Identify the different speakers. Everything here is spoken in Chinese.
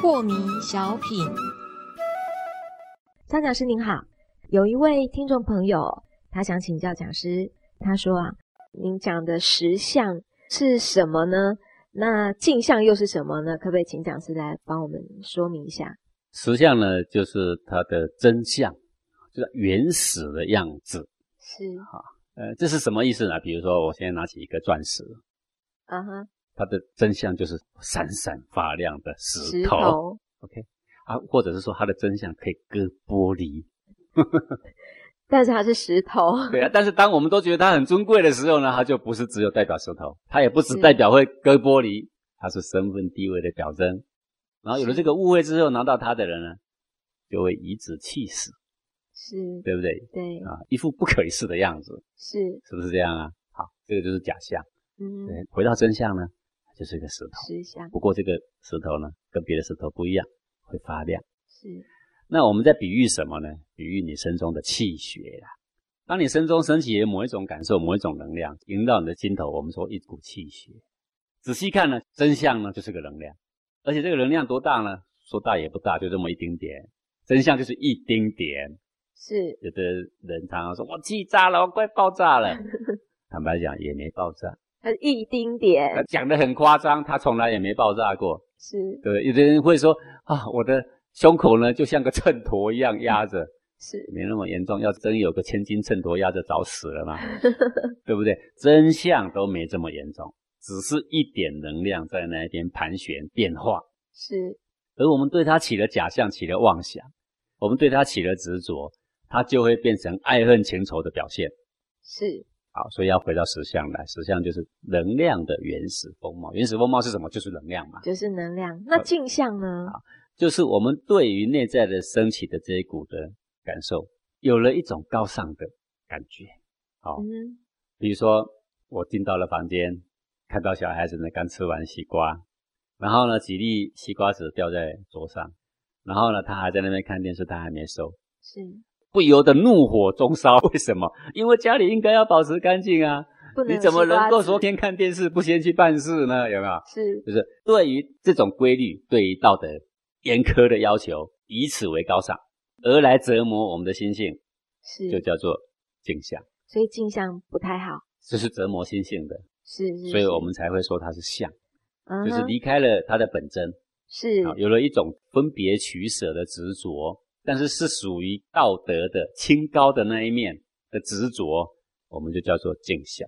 Speaker 1: 破迷小品，张讲师您好，有一位听众朋友，他想请教讲师，他说啊，您讲的实相是什么呢？那镜像又是什么呢？可不可以请讲师来帮我们说明一下？
Speaker 2: 实相呢，就是它的真相，就是原始的样子。
Speaker 1: 是
Speaker 2: 呃，这是什么意思呢？比如说，我现在拿起一个钻石，
Speaker 1: 啊哈，
Speaker 2: 它的真相就是闪闪发亮的石
Speaker 1: 石
Speaker 2: 头
Speaker 1: 头
Speaker 2: 啊，或者是说它的真相可以割玻璃。
Speaker 1: 但是它是石头，
Speaker 2: 对啊，但是当我们都觉得它很尊贵的时候呢，它就不是只有代表石头，它也不只
Speaker 1: 是
Speaker 2: 代表会割玻璃，它是身份地位的表征。然后有了这个误会之后，拿到它的人呢，就会颐指气使，
Speaker 1: 是，
Speaker 2: 对不对？
Speaker 1: 对，
Speaker 2: 啊，一副不可一世的样子，
Speaker 1: 是，
Speaker 2: 是不是这样啊？好，这个就是假象。
Speaker 1: 嗯，
Speaker 2: 对，回到真相呢，它就是一个石头。
Speaker 1: 实相
Speaker 2: 不过这个石头呢，跟别的石头不一样，会发亮。
Speaker 1: 是，
Speaker 2: 那我们在比喻什么呢？比喻你身中的气血啦。当你身中升起某一种感受、某一种能量，萦绕你的心头，我们说一股气血。仔细看呢，真相呢就是个能量，而且这个能量多大呢？说大也不大，就这么一丁点。真相就是一丁点。
Speaker 1: 是，
Speaker 2: 有的人常常说：“我气炸了，我快爆炸了。” 坦白讲，也没爆炸。
Speaker 1: 它是一丁点
Speaker 2: 他，讲的很夸张，他从来也没爆炸过。
Speaker 1: 是，
Speaker 2: 对，有的人会说啊，我的胸口呢就像个秤砣一样压着，
Speaker 1: 是，
Speaker 2: 没那么严重。要真有个千斤秤砣压着，早死了嘛，对不对？真相都没这么严重，只是一点能量在那边盘旋变化，
Speaker 1: 是，
Speaker 2: 而我们对它起了假象，起了妄想，我们对它起了执着，它就会变成爱恨情仇的表现。
Speaker 1: 是，
Speaker 2: 好，所以要回到实相来，实相就是能量的原始风貌。原始风貌是什么？就是能量嘛。
Speaker 1: 就是能量。那镜像呢？
Speaker 2: 就是我们对于内在的升起的这一股的感受，有了一种高尚的感觉。好、
Speaker 1: 嗯，
Speaker 2: 比如说我进到了房间，看到小孩子呢刚吃完西瓜，然后呢几粒西瓜籽掉在桌上，然后呢他还在那边看电视，他还没收，
Speaker 1: 是，
Speaker 2: 不由得怒火中烧。为什么？因为家里应该要保持干净啊，
Speaker 1: 不能
Speaker 2: 你怎么
Speaker 1: 有西瓜
Speaker 2: 能够
Speaker 1: 籽
Speaker 2: 说边看电视不先去办事呢？有没有？
Speaker 1: 是
Speaker 2: 就是对于这种规律、对于道德严苛的要求，以此为高尚，而来折磨我们的心性，就
Speaker 1: 是？
Speaker 2: 叫做镜像，
Speaker 1: 所以镜像不太好，
Speaker 2: 这是折磨心性的，
Speaker 1: 是是。
Speaker 2: 所以
Speaker 1: 是
Speaker 2: 我们才会说它是相，
Speaker 1: 嗯
Speaker 2: 就是
Speaker 1: 哼
Speaker 2: 离开了它的本真，
Speaker 1: 是
Speaker 2: 啊有了一种分别取舍的执着，但是是属于道德的清高的那一面的执着，我们就叫做镜像。